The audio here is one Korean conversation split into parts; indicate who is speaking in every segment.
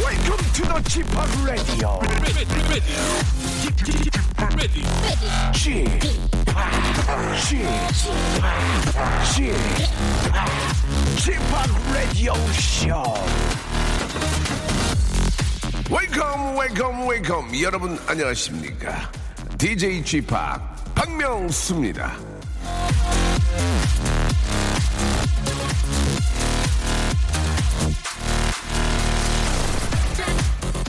Speaker 1: Welcome to the g p o p Radio.
Speaker 2: ready, ready, ready,
Speaker 1: g p o p g p o p Radio Show.
Speaker 3: 웨이컴 웨이컴 웨이컴 여러분 안녕하십니까 DJ g p o 박명수입니다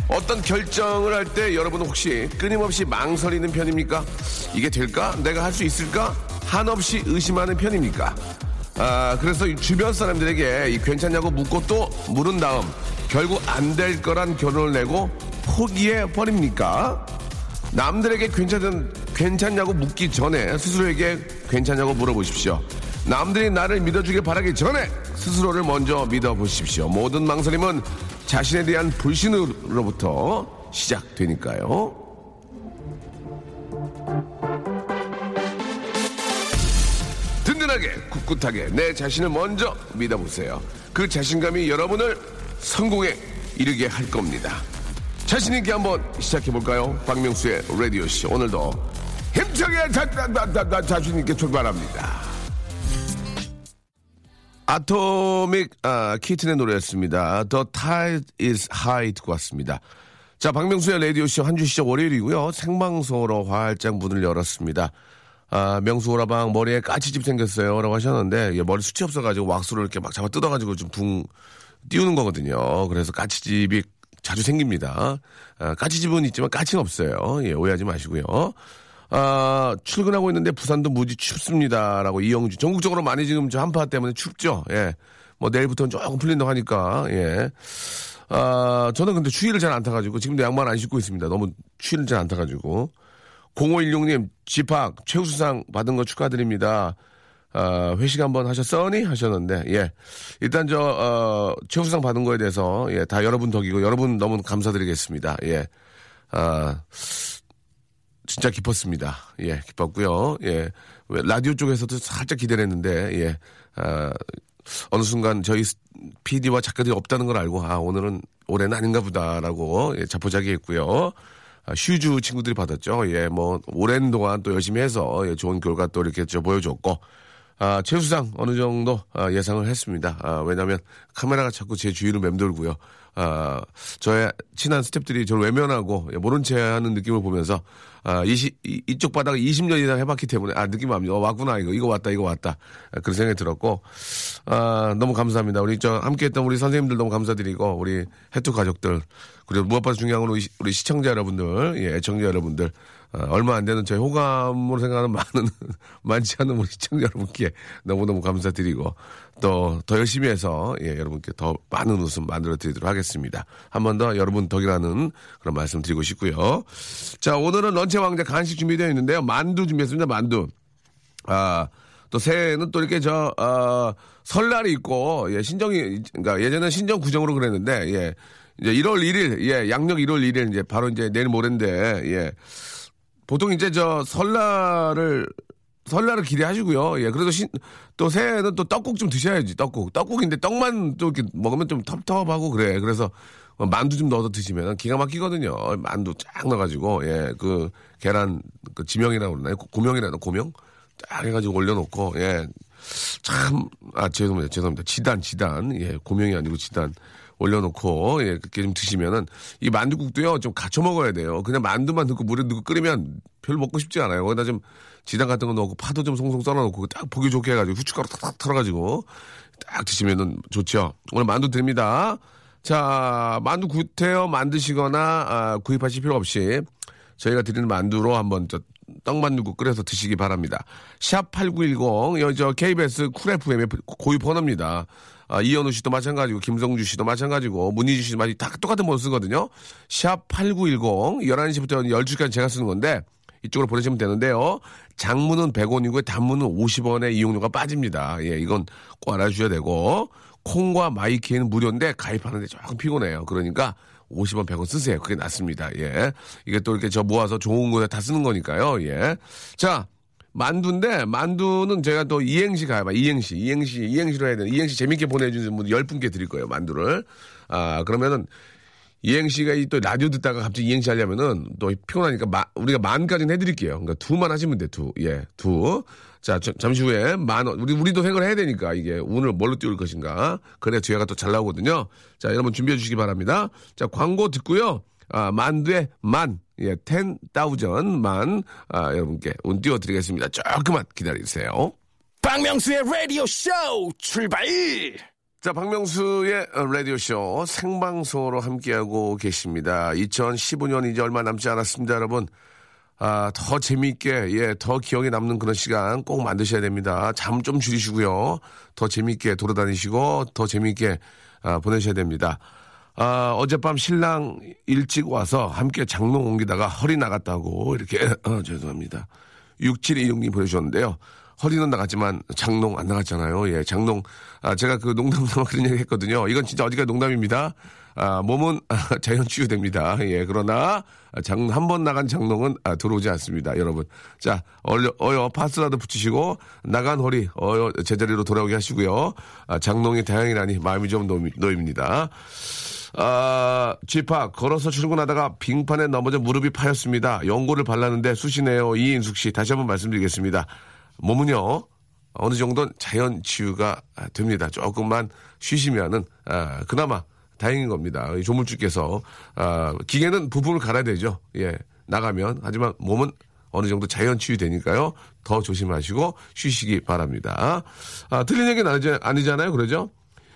Speaker 3: 어떤 결정을 할 때 여러분 혹시 끊임없이 망설이는 편입니까? 이게 될까? 내가 할 수 있을까? 한없이 의심하는 편입니까? 아, 그래서 이 주변 사람들에게 이 괜찮냐고 묻고 또 물은 다음 결국 안 될 거란 결론을 내고 포기해 버립니까? 남들에게 괜찮은, 괜찮냐고 묻기 전에 스스로에게 괜찮냐고 물어보십시오. 남들이 나를 믿어주길 바라기 전에 스스로를 먼저 믿어보십시오. 모든 망설임은 자신에 대한 불신으로부터 시작되니까요. 든든하게 굳굳하게 내 자신을 먼저 믿어보세요. 그 자신감이 여러분을 성공에 이르게 할 겁니다. 자신 있게 한번 시작해 볼까요? 박명수의 라디오 씨 오늘도 힘차게 자, 자, 자, 자, 자, 자신 있게 출발합니다. 아토믹 아, 키튼의 노래였습니다. The tide is high 듣고 왔습니다. 자, 박명수의 라디오쇼 한 주 시작 월요일이고요. 생방송으로 활짝 문을 열었습니다. 아, 명수 오라방 머리에 까치집 생겼어요. 라고 하셨는데, 예, 머리 숱이 없어가지고 왁스로 이렇게 막 잡아 뜯어가지고 좀 붕, 띄우는 거거든요. 그래서 까치집이 자주 생깁니다. 아, 까치집은 있지만 까치는 없어요. 예, 오해하지 마시고요. 아, 출근하고 있는데 부산도 무지 춥습니다라고 이영주. 전국적으로 많이 지금 저 한파 때문에 춥죠. 예. 뭐 내일부터는 조금 풀린다고 하니까 예. 아, 저는 근데 추위를 잘 안 타가지고 지금도 양말 안 신고 있습니다. 너무 추위를 잘 안 타가지고. 0516님 집합 최우수상 받은 거 축하드립니다. 아, 회식 한번 하셨어니 하셨는데 예 일단 저 어, 최우수상 받은 거에 대해서 예 다 여러분 덕이고 여러분 너무 감사드리겠습니다. 예. 아, 진짜 기뻤습니다. 예, 기뻤고요. 예, 왜 라디오 쪽에서도 살짝 기대를 했는데 예, 아, 어느 순간 저희 PD와 작가들이 없다는 걸 알고 아 오늘은 올해는 아닌가 보다라고 예, 자포자기했고요. 아, 슈즈 친구들이 받았죠. 예, 뭐 오랜 동안 또 열심히 해서 예, 좋은 결과 또 이렇게 저 보여줬고. 아, 최수상 어느 정도 아, 예상을 했습니다. 아, 왜냐하면 카메라가 자꾸 제 주위를 맴돌고요. 아, 저의 친한 스탭들이 저를 외면하고 예, 모른 채 하는 느낌을 보면서 아, 이시, 이, 이쪽 바닥을 20년 이상 해봤기 때문에 아 느낌 압니다. 어, 왔구나 이거 이거 왔다 이거 왔다 아, 그런 생각이 들었고 아, 너무 감사합니다. 우리 저 함께했던 우리 선생님들 너무 감사드리고 우리 해투 가족들 그리고 무엇보다 중요한 건 우리, 시- 우리 시청자 여러분들 예, 애청자 여러분들 아, 얼마 안 되는 저희 호감으로 생각하는 많은 많지 않은 우리 시청자 여러분께 너무너무 감사드리고 또 더 열심히 해서 예, 여러분께 더 많은 웃음 만들어 드리도록 하겠습니다. 한 번 더 여러분 덕이라는 그런 말씀 드리고 싶고요. 자 오늘은 런치 왕자 간식 준비되어 있는데요. 만두 준비했습니다. 만두. 아, 또 새해에는 또 이렇게 저, 아, 설날이 있고, 예, 신정이, 그러니까 예전에 신정 구정으로 그랬는데, 예. 이제 1월 1일, 예, 양력 1월 1일, 이제 바로 이제 내일 모레인데, 예. 보통 이제 저 설날을, 설날을 기대하시고요. 예, 그래서 신, 또 새해에는 또 떡국 좀 드셔야지, 떡국. 떡국인데 떡만 또 이렇게 먹으면 좀 텁텁하고 그래. 그래서 만두 좀 넣어서 드시면 기가 막히거든요. 만두 쫙 넣어가지고, 예, 그 계란, 그 지명이라고 그러나요? 고- 고명이라나, 고명? 쫙 해가지고 올려놓고 예. 참, 아, 죄송합니다. 죄송합니다. 지단, 지단. 예, 고명이 아니고 지단 올려놓고, 예, 그렇게 좀 드시면은, 이 만두국도요, 좀 갖춰 먹어야 돼요. 그냥 만두만 넣고 물에 넣고 끓이면 별로 먹고 싶지 않아요. 거기다 좀 지단 같은 거 넣고 파도 좀 송송 썰어놓고 딱 보기 좋게 해가지고 후춧가루 탁탁 털어가지고 딱 드시면은 좋죠. 오늘 만두 드립니다. 자, 만두 구태여 만드시거나, 아, 구입하실 필요 없이 저희가 드리는 만두로 한번 저 떡만두국 끓여서 드시기 바랍니다. 샵8910, 여저 KBS 쿨 FM의 고유 번호입니다. 아, 이현우 씨도 마찬가지고, 김성주 씨도 마찬가지고, 문희주 씨도 마찬가지고, 다 똑같은 번호 쓰거든요. 샵8910, 11시부터 12시까지 제가 쓰는 건데, 이쪽으로 보내시면 되는데요. 장문은 100원이고 단문은 50원의 이용료가 빠집니다. 예, 이건 꼭 알아주셔야 되고 콩과 마이키는 무료인데 가입하는데 조금 피곤해요. 그러니까 50원, 100원 쓰세요. 그게 낫습니다. 예. 이게 또 이렇게 저 모아서 좋은 거에 다 쓰는 거니까요. 예. 자, 만두인데 만두는 제가 또 이행시 가요. 봐 이행시, 이행시, 이행시로 해야 되는 이행시 재밌게 보내주신 분 10분께 드릴 거예요. 만두를. 아, 그러면은 이행시가 이 또 라디오 듣다가 갑자기 이행시 하려면은 또 피곤하니까 마- 우리가 만까지는 해드릴게요. 그러니까 두만 하시면 돼, 두. 예, 두. 자, 저- 잠시 후에 만 원. 우리, 우리도 횡을 해야 되니까 이게 오늘 뭘로 띄울 것인가. 그래야 뒤에가 또 잘 나오거든요. 자, 여러분 준비해 주시기 바랍니다. 자, 광고 듣고요. 아, 만두의 만. 예, 10,000 만. 아, 여러분께 운 띄워드리겠습니다. 조금만 기다리세요.
Speaker 1: 박명수의 라디오 쇼 출발!
Speaker 3: 자, 박명수의 라디오쇼 생방송으로 함께하고 계십니다. 2015년 이제 얼마 남지 않았습니다, 여러분. 아, 더 재미있게, 예, 더 기억에 남는 그런 시간 꼭 만드셔야 됩니다. 잠 좀 줄이시고요. 더 재미있게 돌아다니시고, 더 재미있게, 아, 보내셔야 됩니다. 아, 어젯밤 신랑 일찍 와서 함께 장롱 옮기다가 허리 나갔다고, 이렇게, 어, 죄송합니다. 6726님 보내주셨는데요. 허리는 나갔지만 장롱 안 나갔잖아요. 예, 장롱. 아, 제가 그 농담 삼아 그런 얘기 했거든요. 이건 진짜 어디가 농담입니다. 아, 몸은 자연 치유됩니다. 예, 그러나 장, 한 번 나간 장롱은 아, 들어오지 않습니다. 여러분. 자, 얼려, 어여, 파스라도 붙이시고, 나간 허리, 어여, 제자리로 돌아오게 하시고요. 아, 장롱이 다행이라니 마음이 좀 놓이- 놓입니다. 아, 집합 걸어서 출근하다가 빙판에 넘어져 무릎이 파였습니다. 연고를 발랐는데 쑤시네요. 이인숙 씨 다시 한번 말씀드리겠습니다. 몸은요 어느 정도는 자연 치유가 아, 됩니다. 조금만 쉬시면은 아, 그나마 다행인 겁니다. 이 조물주께서 아, 기계는 부품을 갈아야 되죠. 예 나가면 하지만 몸은 어느 정도 자연 치유되니까요. 더 조심하시고 쉬시기 바랍니다. 아, 틀린 얘기는 아니지- 아니잖아요. 그러죠?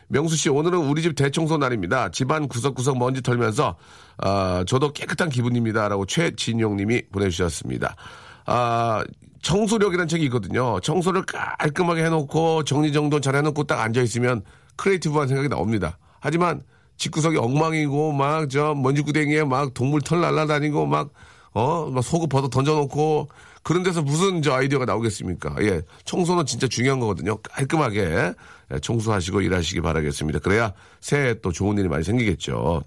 Speaker 3: 명수 씨 오늘은 우리 집 대청소 날입니다. 집안 구석구석 먼지 털면서 아, 저도 깨끗한 기분입니다라고 최진용님이 보내주셨습니다. 아, 청소력이라는 책이 있거든요. 청소를 깔끔하게 해놓고 정리정돈 잘 해놓고 딱 앉아 있으면 크리에이티브한 생각이 나옵니다. 하지만 집구석이 엉망이고 막 저 먼지구덩이에 막 동물 털 날라다니고 막 어, 막 속옷 벗어 던져놓고 그런 데서 무슨 저 아이디어가 나오겠습니까? 예, 청소는 진짜 중요한 거거든요. 깔끔하게 예, 청소하시고 일하시기 바라겠습니다. 그래야 새해 또 좋은 일이 많이 생기겠죠.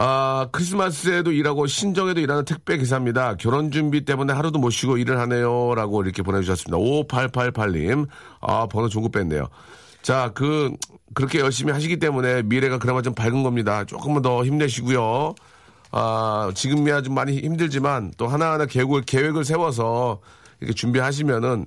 Speaker 3: 아, 크리스마스에도 일하고 신정에도 일하는 택배 기사입니다. 결혼 준비 때문에 하루도 못 쉬고 일을 하네요. 라고 이렇게 보내주셨습니다. 5888님. 아, 번호 종급 뺐네요. 자, 그, 그렇게 열심히 하시기 때문에 미래가 그나마 좀 밝은 겁니다. 조금만 더 힘내시고요. 아, 지금이야 좀 많이 힘들지만 또 하나하나 계획을, 계획을 세워서 이렇게 준비하시면은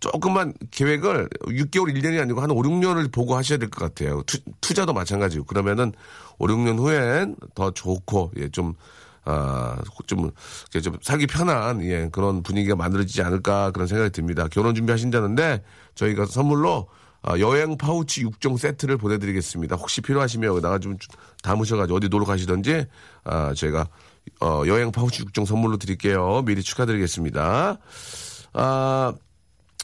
Speaker 3: 조금만 계획을 6개월, 1년이 아니고 한 5, 6년을 보고 하셔야 될 것 같아요. 투, 자도 마찬가지고. 그러면은 5, 6년 후엔 더 좋고, 예, 좀, 아, 좀, 이렇게 좀 살기 편한, 예, 그런 분위기가 만들어지지 않을까 그런 생각이 듭니다. 결혼 준비하신다는데 저희가 선물로 아, 여행 파우치 6종 세트를 보내드리겠습니다. 혹시 필요하시면 여기다가 좀 담으셔가지고 어디 놀러 가시던지, 아, 저희가, 어, 여행 파우치 6종 선물로 드릴게요. 미리 축하드리겠습니다. 아,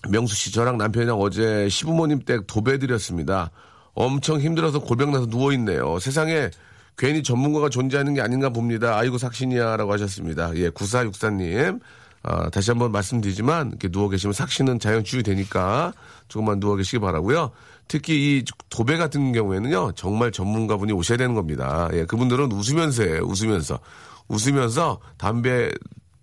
Speaker 3: 명수 씨, 저랑 남편이랑 어제 시부모님 댁 도배드렸습니다. 엄청 힘들어서 고병나서 누워있네요. 세상에 괜히 전문가가 존재하는 게 아닌가 봅니다. 아이고, 삭신이야. 라고 하셨습니다. 예, 9464님. 아, 다시 한번 말씀드리지만, 이렇게 누워 계시면 삭신은 자연 치유되니까 조금만 누워 계시기 바라고요 특히 이 도배 같은 경우에는요, 정말 전문가분이 오셔야 되는 겁니다. 예, 그분들은 웃으면서 해요, 웃으면서. 웃으면서 담배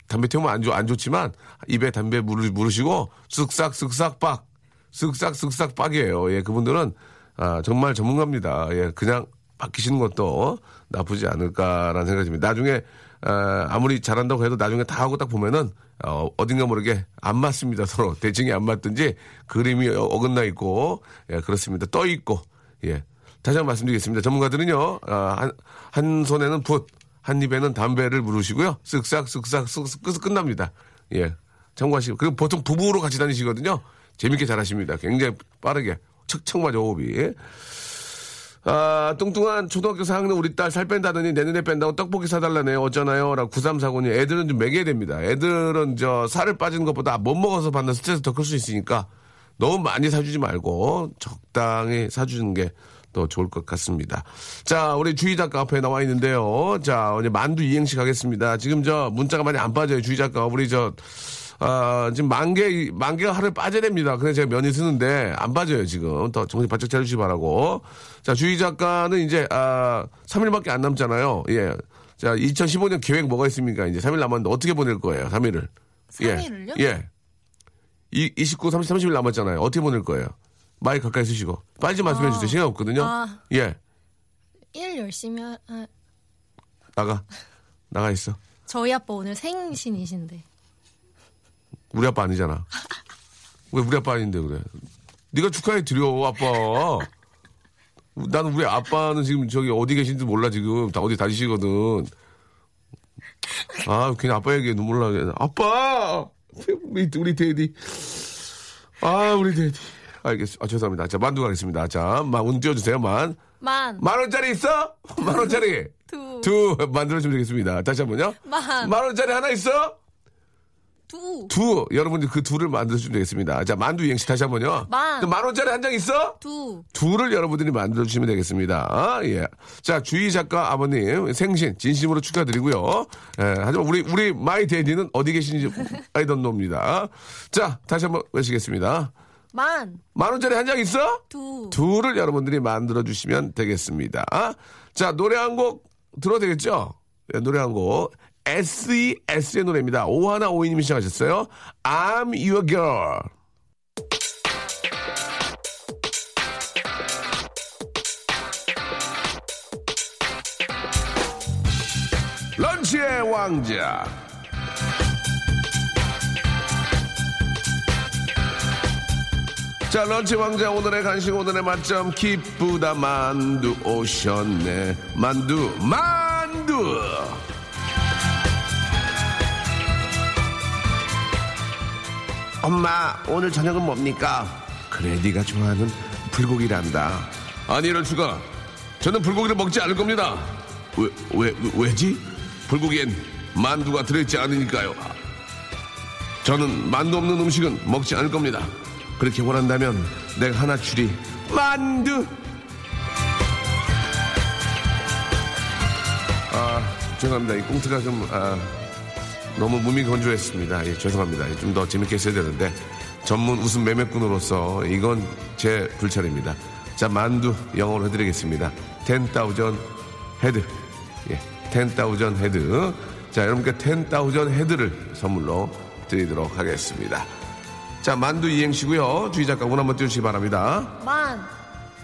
Speaker 3: 담배 태우면 안, 좋, 안 좋지만 입에 담배 물을 물으시고 쓱싹 쓱싹 빡 쓱싹 쓱싹 빡이에요. 예, 그분들은 아, 정말 전문가입니다. 예, 그냥 맡기시는 것도 나쁘지 않을까라는 생각이 듭니다. 나중에 아, 아무리 잘한다고 해도 나중에 다 하고 딱 보면은 어, 어딘가 모르게 안 맞습니다. 서로 대칭이 안 맞든지 그림이 어- 어긋나 있고 예, 그렇습니다. 떠 있고 예. 다시 한번 말씀드리겠습니다. 전문가들은요, 아, 한, 한 손에는 붓, 한 입에는 담배를 물으시고요. 쓱싹, 쓱싹, 쓱쓱, 쓱 끝납니다. 예. 참고하시고. 그리고 보통 부부로 같이 다니시거든요. 재밌게 잘 하십니다. 굉장히 빠르게. 척척 맞아, 호흡이. 아, 뚱뚱한 초등학교 4학년 우리 딸 살 뺀다더니 내년에 뺀다고 떡볶이 사달라네요. 어쩌나요? 라고 9349님. 애들은 좀 먹여야 됩니다. 애들은 저 살을 빠지는 것보다 못 먹어서 받는 스트레스 더 클 수 있으니까 너무 많이 사주지 말고 적당히 사주는 게 더 좋을 것 같습니다. 자, 우리 주희 작가 앞에 나와 있는데요. 자, 이제 만두 이행시 가겠습니다. 지금 저 문자가 많이 안 빠져요. 주희 작가. 우리 저, 아, 지금 만 개, 만 개가 하루에 빠져야 됩니다. 그래서 제가 면이 쓰는데 안 빠져요, 지금. 더 정신 바짝 차려주시기 바라고. 자, 주희 작가는 이제, 아, 3일밖에 안 남잖아요. 예. 자, 2015년 계획 뭐가 있습니까? 이제 3일 남았는데 어떻게 보낼 거예요, 3일을?
Speaker 4: 3일을요?
Speaker 3: 예. 예. 이, 29, 30, 30일 남았잖아요. 어떻게 보낼 거예요? 마이 예. 가까이 쓰시고. 빨리 좀 말씀해 주세요. 시간 없거든요.
Speaker 4: 아.
Speaker 3: 예.
Speaker 4: 일 열심히 하, 하-
Speaker 3: 나가. 나가 있어.
Speaker 4: 저희 아빠 오늘 생신이신데.
Speaker 3: 우리 아빠 아니잖아. 왜 우리 아빠 아닌데 그래? 네가 축하해 드려 아빠. 나는 우리 아빠는 지금 저기 어디 계신지 몰라 지금 다 어디 다니시거든. 아 그냥 아빠 얘기 눈물 나게. 아빠 우리 우리 데디. 아 우리 데디. 알겠어. 아 죄송합니다. 자 만두 가겠습니다. 자만운 띄워주세요 만.
Speaker 4: 만.
Speaker 3: 만 원짜리 있어? 만 원짜리.
Speaker 4: 두.
Speaker 3: 두 만들어주면 되겠습니다. 다시 한번요.
Speaker 4: 만.
Speaker 3: 만 원짜리 하나 있어?
Speaker 4: 두.
Speaker 3: 두 여러분들 그 두를 만들어주면 되겠습니다. 자 만두 이행시 다시 한번요.
Speaker 4: 만.
Speaker 3: 그만 원짜리 한 장 있어?
Speaker 4: 두.
Speaker 3: 두를 여러분들이 만들어주시면 되겠습니다. 아, 예. 자 주희 작가 아버님 생신 진심으로 축하드리고요. 예, 하지만 우리 우리 마이 데디는 어디 계신지 아이던 놉니다. 자 다시 한번 외치겠습니다.
Speaker 4: 만.
Speaker 3: 만 원짜리 한 장 있어?
Speaker 4: 두.
Speaker 3: 두를 여러분들이 만들어주시면 되겠습니다. 자, 노래 한 곡 들어도 되겠죠? 예, 노래 한 곡. SES의 노래입니다. 오하나 오이님이 시작하셨어요. I'm your girl. 런치의 왕자. 자, 런치 왕자 오늘의 간식 오늘의 맛점 기쁘다 만두 오셨네. 만두 만두. 엄마 오늘 저녁은 뭡니까? 그래 네가 좋아하는 불고기란다. 아니 이럴 수가. 저는 불고기를 먹지 않을 겁니다. 왜 왜, 왜지? 불고기엔 만두가 들어있지 않으니까요. 저는 만두 없는 음식은 먹지 않을 겁니다. 그렇게 원한다면 내가 하나 줄이 만두. 아 죄송합니다. 이 꽁트가 좀 아, 너무 무미건조했습니다. 예, 죄송합니다. 좀 더 재밌게 했어야 되는데 전문 웃음 매매꾼으로서 이건 제 불찰입니다. 자 만두 영어로 해드리겠습니다. 10,000 헤드 예, 10,000 헤드 자 여러분께 10,000 헤드를 선물로 드리도록 하겠습니다. 자 만두 이행시고요. 주희 작가 운 한번 띄우시기 바랍니다.
Speaker 4: 만.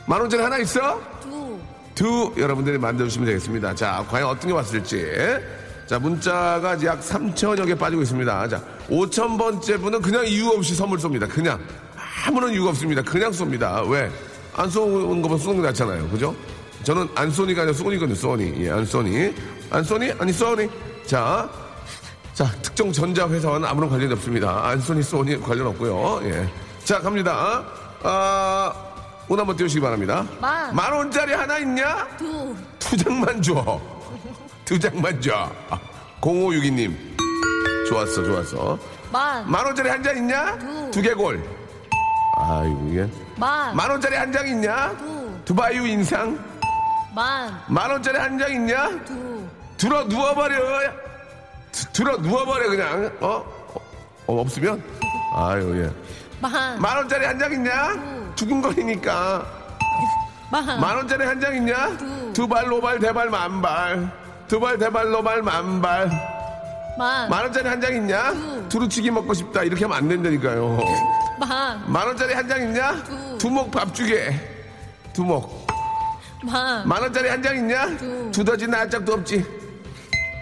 Speaker 3: 만 원짜리 하나 있어?
Speaker 4: 두.
Speaker 3: 두 여러분들이 만들어주시면 되겠습니다. 자, 과연 어떤 게 왔을지. 자, 문자가 약 3천여 개 빠지고 있습니다. 자, 5천번째 분은 그냥 이유 없이 선물 쏩니다. 그냥. 아무런 이유가 없습니다. 그냥 쏩니다. 왜? 안 쏘는 거보다 쏘는 게 낫잖아요. 그죠? 저는 안 쏘니까 아니라 쏘니거든요. 쏘니. 예, 안 쏘니. 안 쏘니? 아니, 쏘니. 자, 자, 특정 전자회사와는 아무런 관련이 없습니다. 안소니, 소니 관련 없고요. 예. 자, 갑니다. 아, 운 한번 띄우시기 바랍니다.
Speaker 4: 만.
Speaker 3: 만 원짜리 하나 있냐?
Speaker 4: 두.
Speaker 3: 두 장만 줘. 두 장만 줘. 0562님. 좋았어, 좋았어.
Speaker 4: 만.
Speaker 3: 만 원짜리 한 장 있냐?
Speaker 4: 두.
Speaker 3: 두개골. 아이고, 이게.
Speaker 4: 만.
Speaker 3: 만 원짜리 한 장 있냐?
Speaker 4: 두.
Speaker 3: 두바이유 인상.
Speaker 4: 만.
Speaker 3: 만 원짜리 한 장 있냐?
Speaker 4: 두.
Speaker 3: 들어 누워버려. 드- 들어 누워버려 그냥. 어? 어, 없으면? 아유 예.
Speaker 4: 만.
Speaker 3: 만 원짜리 한 장 있냐? 두근거리니까.
Speaker 4: 만.
Speaker 3: 만 원짜리 한 장 있냐?
Speaker 4: 두.
Speaker 3: 두발 노발 대발 만발. 두발 대발 노발 만발.
Speaker 4: 만.
Speaker 3: 만 원짜리 한 장 있냐?
Speaker 4: 두.
Speaker 3: 두루치기 먹고 싶다. 이렇게 하면 안 된다니까요.
Speaker 4: 만.
Speaker 3: 만 원짜리 한 장 있냐?
Speaker 4: 두.
Speaker 3: 두목 밥 주게. 두목.
Speaker 4: 만.
Speaker 3: 만 원짜리 한 장 있냐?
Speaker 4: 두.
Speaker 3: 두더지 나짝도 없지.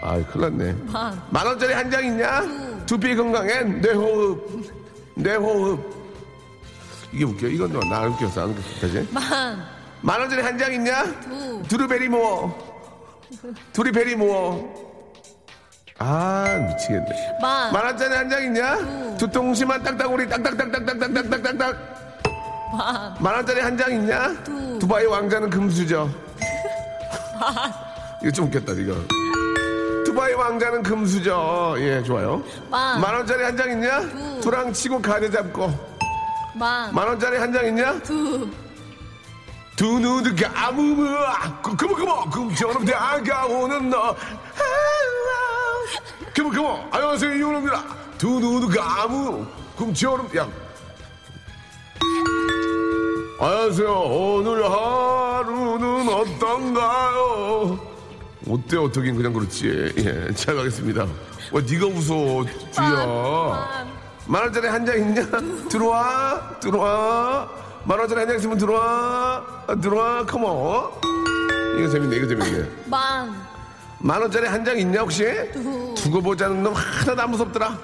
Speaker 3: 아, 큰일 났네.
Speaker 4: 만.
Speaker 3: 만 원짜리 한 장 있냐? 두피 건강엔 뇌 호흡. 뇌 호흡. 이게 웃겨. 이건 너, 나 웃겼어. 안 웃겼어. 다시.
Speaker 4: 만.
Speaker 3: 만 원짜리 한 장 있냐?
Speaker 4: 두.
Speaker 3: 두루베리 모어. 두리베리 모어. 아, 미치겠네.
Speaker 4: 만.
Speaker 3: 만 원짜리 한 장
Speaker 4: 음.
Speaker 3: 있냐? 두통심한 딱딱우리 딱딱딱딱딱딱딱딱딱.
Speaker 4: 만.
Speaker 3: 만 원짜리 한 장 있냐?
Speaker 4: 두.
Speaker 3: 두바이 왕자는 금수저. 이거 좀 웃겼다, 이거. 두바이 왕자는 금수저. 예, 좋아요.
Speaker 4: 만.
Speaker 3: 만 원짜리 한 장 있냐?
Speaker 4: 두.
Speaker 3: 두랑 치고 가대 잡고.
Speaker 4: 만.
Speaker 3: 만 원짜리 한 장 있냐?
Speaker 4: 두.
Speaker 3: 두 누드가 아무무 그모 그모 그처럼 다가오는 너. 그모 그모 안녕하세요 이호로입니다. 두 누드가 아무 그처럼 야. 안녕하세요 오늘 하루는 어떤가요? 어때 어떻긴 그냥 그렇지. 예, 잘 가겠습니다. 와 네가 웃어 주야.
Speaker 4: 만.
Speaker 3: 만 원짜리 한 장 있냐? 들어와, 들어와. 만 원짜리 한 장 있으면 어? 들어와, 아, 들어와, 컴온. 이거 재밌네, 이거 재밌네.
Speaker 4: 만.
Speaker 3: 만 원짜리 한 장 있냐 혹시? 두고 보자는 놈 하나도 안 무섭더라.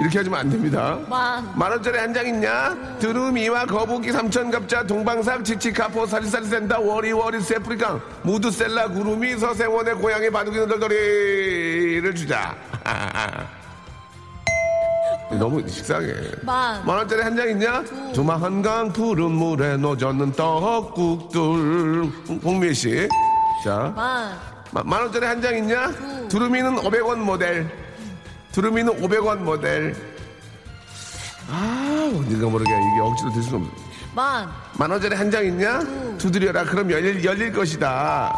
Speaker 3: 이렇게 하시면 안 됩니다.
Speaker 4: 만.
Speaker 3: 만 원짜리 한 장 있냐? 두루미와 거북이 삼천갑자 동방삭 치치카포 사리사리 센다 워리워리 세프리강 무드셀라 구름이 서생원의 고향의 바둑이 돌돌돌이를 주자. 너무 식상해.
Speaker 4: 만.
Speaker 3: 만 원짜리 한 장 있냐? 조마 한강 푸른 물에 노젓는 떡국들. 홍미 씨. 자.
Speaker 4: 만.
Speaker 3: 마- 만 원짜리 한 장 있냐? 두루미는 500원 모델. 두루미는 500원 모델. 아, 어딘가 모르게 이게 억지로 들 수가 없어.
Speaker 4: 만.
Speaker 3: 만 원짜리 한 장 있냐? 두드려라. 그럼 열릴, 열릴 것이다.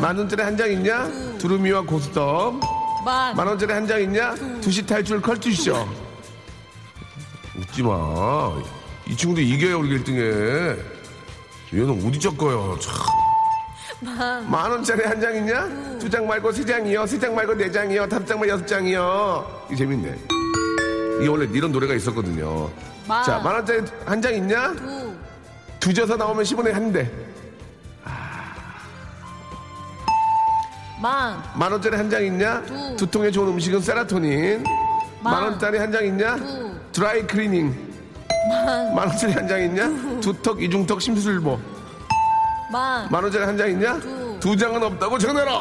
Speaker 3: 만 원짜리 한 장 있냐? 두루미와 고스톱.
Speaker 4: 만.
Speaker 3: 만 원짜리 한 장 있냐? 두시 탈출 컬투쇼. 웃지 마. 이 친구도 이겨요, 우리 1등에. 얘는 어디 적어요, 참.
Speaker 4: 만.
Speaker 3: 만 원짜리 한 장 있냐? 두 장 말고 세 장이요. 세 장 말고 네 장이요. 다섯 장 말고 여섯 장이요. 이 재밌네. 이게 원래 이런 노래가 있었거든요.
Speaker 4: 만.
Speaker 3: 자, 만 원짜리 한 장 있냐?
Speaker 4: 두.
Speaker 3: 두져서 나오면 10원에 한 대.
Speaker 4: 만.
Speaker 3: 만 원짜리 한 장 있냐?
Speaker 4: 두.
Speaker 3: 두통에 좋은 음식은 세라토닌.
Speaker 4: 만.
Speaker 3: 만 원짜리 한 장 있냐?
Speaker 4: 두.
Speaker 3: 드라이 클리닝.
Speaker 4: 만.
Speaker 3: 만 원짜리 한 장 있냐? 두턱, 이중턱, 심술보.
Speaker 4: 만.
Speaker 3: 만 원짜리 한 장 있냐?
Speaker 4: 두.
Speaker 3: 두 장은 없다고 전해라.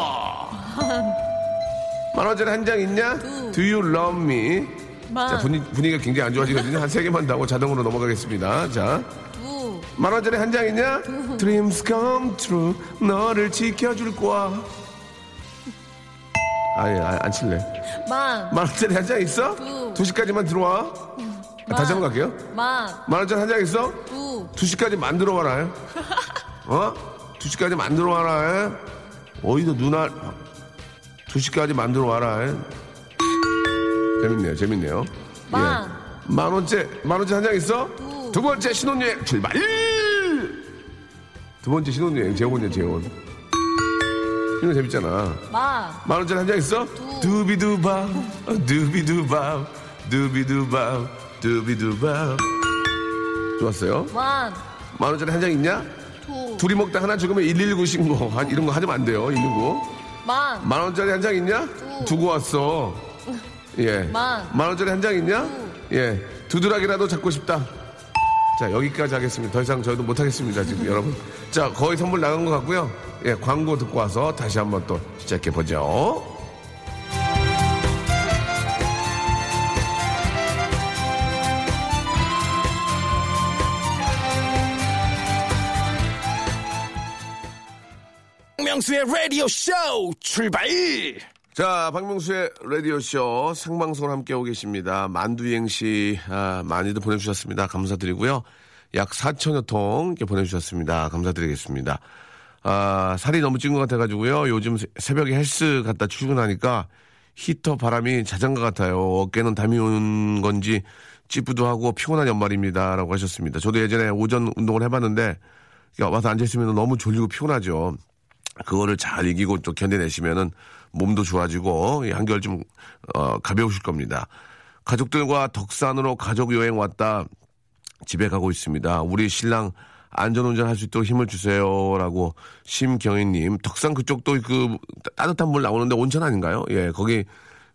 Speaker 3: 만 원짜리 한 장 있냐?
Speaker 4: 두. 아.
Speaker 3: Do you love me?
Speaker 4: 만.
Speaker 3: 자, 분위, 분위기가 굉장히 안 좋아지거든요. 한 세 개만 나고 자동으로 넘어가겠습니다. 자,
Speaker 4: 두.
Speaker 3: 만 원짜리 한 장 있냐? Dreams come true. 너를 지켜줄 거야. 아예 아, 안 칠래.
Speaker 4: 만.
Speaker 3: 만 원짜리 한 장 있어?
Speaker 4: 두.
Speaker 3: 두 시까지만 들어와. 아, 다시 한번 갈게요.
Speaker 4: 만.
Speaker 3: 만 원짜리 한 장 있어?
Speaker 4: 두.
Speaker 3: 2시까지 만들어 와라. 어? 2시까지 만들어 와라. 어디서 누나 2시까지 만들어 와라. 재밌네요. 재밌네요.
Speaker 4: 만.
Speaker 3: 예. 만 원째 만 원째 한 장 있어?
Speaker 4: 두.
Speaker 3: 두 번째 신혼여행 출발. 두 번째 신혼여행 재혼이야 재혼. 이거 재밌잖아.
Speaker 4: 만.
Speaker 3: 만 원짜리 한 장 있어? 두비두밥, 두비두밥, 두비두밥, 두비두밥. 좋았어요?
Speaker 4: 만.
Speaker 3: 만 원짜리 한 장 있냐?
Speaker 4: 두.
Speaker 3: 둘이 먹다 하나 죽으면 119 신고. 아, 이런 거 하면 안 돼요, 119.
Speaker 4: 만.
Speaker 3: 만 원짜리 한 장 있냐? 두고 왔어. 예.
Speaker 4: 만.
Speaker 3: 만 원짜리 한 장 있냐? 예. 두드락이라도 잡고 싶다. 자, 여기까지 하겠습니다. 더 이상 저희도 못하겠습니다, 지금 여러분. 자, 거의 선물 나간 것 같고요. 예, 광고 듣고 와서 다시 한번 또 시작해보죠.
Speaker 1: 박명수의 라디오 쇼 출발!
Speaker 3: 자, 박명수의 라디오쇼 생방송으로 함께하고 계십니다. 만두행시, 아, 많이들 보내주셨습니다. 감사드리고요. 약 4천여 통 이렇게 보내주셨습니다. 감사드리겠습니다. 아, 살이 너무 찐 것 같아가지고요. 요즘 새- 새벽에 헬스 갔다 출근하니까 히터 바람이 자장가 같아요. 어깨는 담이 온 건지 찌뿌도 하고 피곤한 연말입니다. 라고 하셨습니다. 저도 예전에 오전 운동을 해봤는데 와서 앉아있으면 너무 졸리고 피곤하죠. 그거를 잘 이기고 또 견뎌내시면은 몸도 좋아지고 예, 한결 좀 어, 가벼우실 겁니다. 가족들과 덕산으로 가족 여행 왔다 집에 가고 있습니다. 우리 신랑 안전운전 할 수 있도록 힘을 주세요라고 심경희님 덕산 그쪽도 그 따- 따뜻한 물 나오는데 온천 아닌가요? 예 거기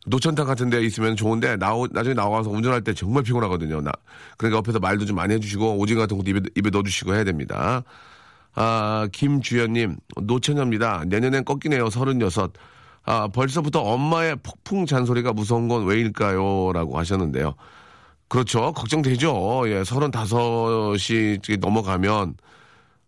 Speaker 3: 노천탕 같은 데 있으면 좋은데 나오, 나중에 나와서 운전할 때 정말 피곤하거든요. 나 그러니까 옆에서 말도 좀 많이 해주시고 오징어 같은 것도 입에, 입에 넣어주시고 해야 됩니다. 아, 김주연님, 노처녀입니다. 내년엔 꺾이네요, 서른여섯. 아, 벌써부터 엄마의 폭풍 잔소리가 무서운 건 왜일까요? 라고 하셨는데요. 그렇죠. 걱정되죠. 예, 서른다섯이 넘어가면,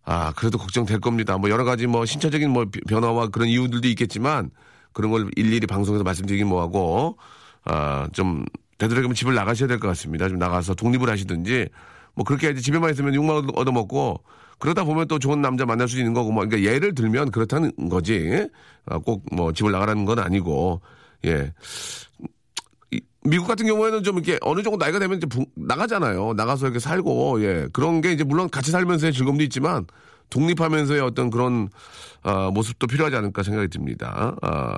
Speaker 3: 아, 그래도 걱정될 겁니다. 뭐, 여러 가지 뭐, 신체적인 뭐, 비- 변화와 그런 이유들도 있겠지만, 그런 걸 일일이 방송에서 말씀드리긴 뭐하고, 아, 좀, 되도록이면 집을 나가셔야 될 것 같습니다. 좀 나가서 독립을 하시든지, 뭐, 그렇게 해야지 집에만 있으면 욕만 얻- 얻어먹고, 그러다 보면 또 좋은 남자 만날 수 있는 거고, 뭐, 그러니까 예를 들면 그렇다는 거지, 아, 꼭 뭐, 집을 나가라는 건 아니고, 예. 이- 미국 같은 경우에는 좀 이렇게 어느 정도 나이가 되면 이제 부- 나가잖아요. 나가서 이렇게 살고, 예. 그런 게 이제 물론 같이 살면서의 즐거움도 있지만, 독립하면서의 어떤 그런, 아, 모습도 필요하지 않을까 생각이 듭니다. 아,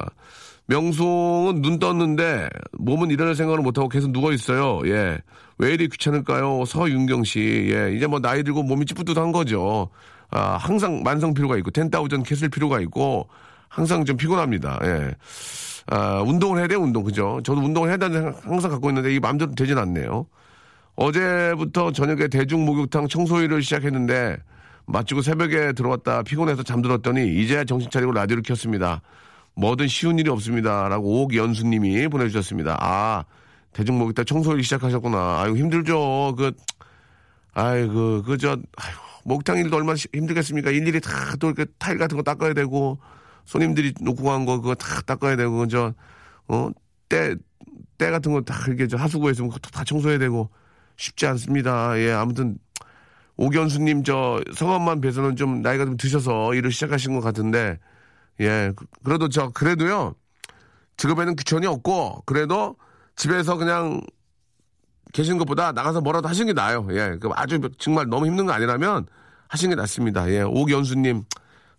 Speaker 3: 명송은 눈 떴는데, 몸은 일어날 생각을 못하고 계속 누워있어요. 예. 왜 이리 귀찮을까요? 서윤경 씨. 예. 이제 뭐 나이 들고 몸이 찌뿌듯한 거죠. 아, 항상 만성 피로가 있고, 텐다우전 캐슬 피로가 있고, 항상 좀 피곤합니다. 예. 아, 운동을 해야 돼, 운동. 그죠? 저도 운동을 해야 되는 생각 항상 갖고 있는데 이게 마음대로 되진 않네요. 어제부터 저녁에 대중 목욕탕 청소일을 시작했는데 마치고 새벽에 들어왔다 피곤해서 잠들었더니 이제야 정신 차리고 라디오를 켰습니다. 뭐든 쉬운 일이 없습니다라고 옥연수님이 보내주셨습니다. 아 대중 목욕탕 청소일 시작하셨구나. 아유 힘들죠. 그 아이고 그저 아이고 목탕 일도 얼마나 시- 힘들겠습니까? 일일이 다 또 이렇게 타일 같은 거 닦아야 되고 손님들이 놓고 간 거 그거 다 닦아야 되고 그저 어때 때 같은 거 다 이렇게 저 하수구에서 그것도 다 청소해야 되고 쉽지 않습니다. 예, 아무튼 오견수님 저 성함만 뵈서는 좀 나이가 좀 드셔서 일을 시작하신 것 같은데 예, 그- 그래도 저 그래도요 직업에는 귀천이 없고 그래도 집에서 그냥 계신 것보다 나가서 뭐라도 하신 게 나아요. 예, 그 아주 정말 너무 힘든 거 아니라면 하신 게 낫습니다. 예, 오견수님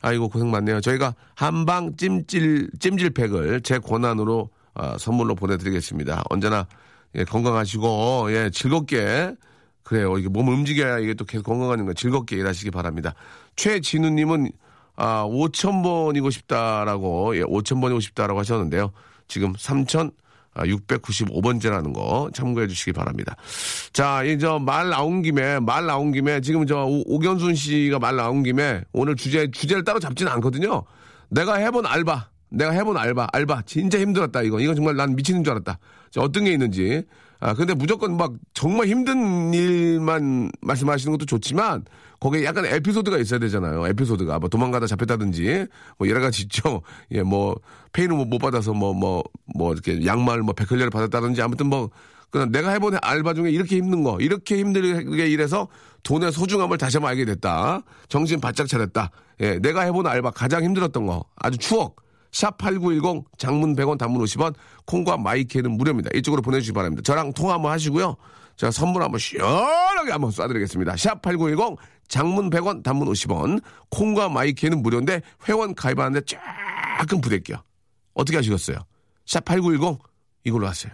Speaker 3: 아이고 고생 많네요. 저희가 한방 찜질 찜질팩을 제 권한으로 아, 선물로 보내드리겠습니다. 언제나 예, 건강하시고 예, 즐겁게 그래요. 이게 몸 움직여야 이게 또 계속 건강하는 거 즐겁게 일하시기 바랍니다. 최진우님은 아, 5천 번이고 싶다라고 예, 5천 번이고 싶다라고 하셨는데요. 지금 3천 아, 695번째라는 거 참고해 주시기 바랍니다. 자, 이제 말 나온 김에, 말 나온 김에, 지금 저 오- 오견순 씨가 말 나온 김에 오늘 주제, 주제를 따로 잡지는 않거든요. 내가 해본 알바, 내가 해본 알바, 알바, 진짜 힘들었다, 이거. 이거 정말 난 미치는 줄 알았다. 자, 어떤 게 있는지. 아, 근데 무조건 막 정말 힘든 일만 말씀하시는 것도 좋지만 거기에 약간 에피소드가 있어야 되잖아요. 에피소드가. 뭐 도망가다 잡혔다든지 뭐 여러 가지 있죠. 예, 뭐 페이는 뭐못 받아서 뭐, 뭐, 뭐 이렇게 양말 뭐 백혈렬을 받았다든지 아무튼 뭐 그냥 내가 해본 알바 중에 이렇게 힘든 거, 이렇게 힘들게 일해서 돈의 소중함을 다시 한번 알게 됐다. 정신 바짝 차렸다. 예, 내가 해본 알바 가장 힘들었던 거, 아주 추억. 샵 8910 장문 100원 단문 50원 콩과 마이키는 무료입니다. 이쪽으로 보내주시기 바랍니다. 저랑 통화 한번 하시고요. 제가 선물 한번 시원하게 한번 쏴드리겠습니다. 샵 8910 장문 100원 단문 50원 콩과 마이키는 무료인데 회원 가입하는데 조금 부대껴. 어떻게 하시겠어요? 샵 8910 이걸로 하세요.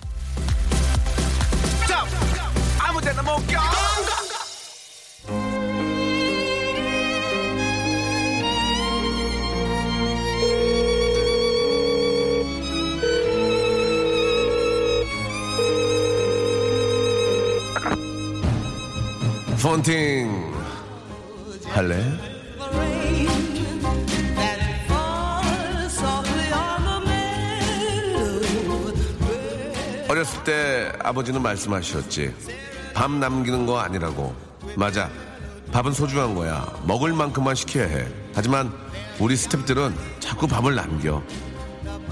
Speaker 3: 폰팅 할래? 어렸을 때 아버지는 말씀하셨지 밥 남기는 거 아니라고 맞아 밥은 소중한 거야 먹을 만큼만 시켜야 해 하지만 우리 스탭들은 자꾸 밥을 남겨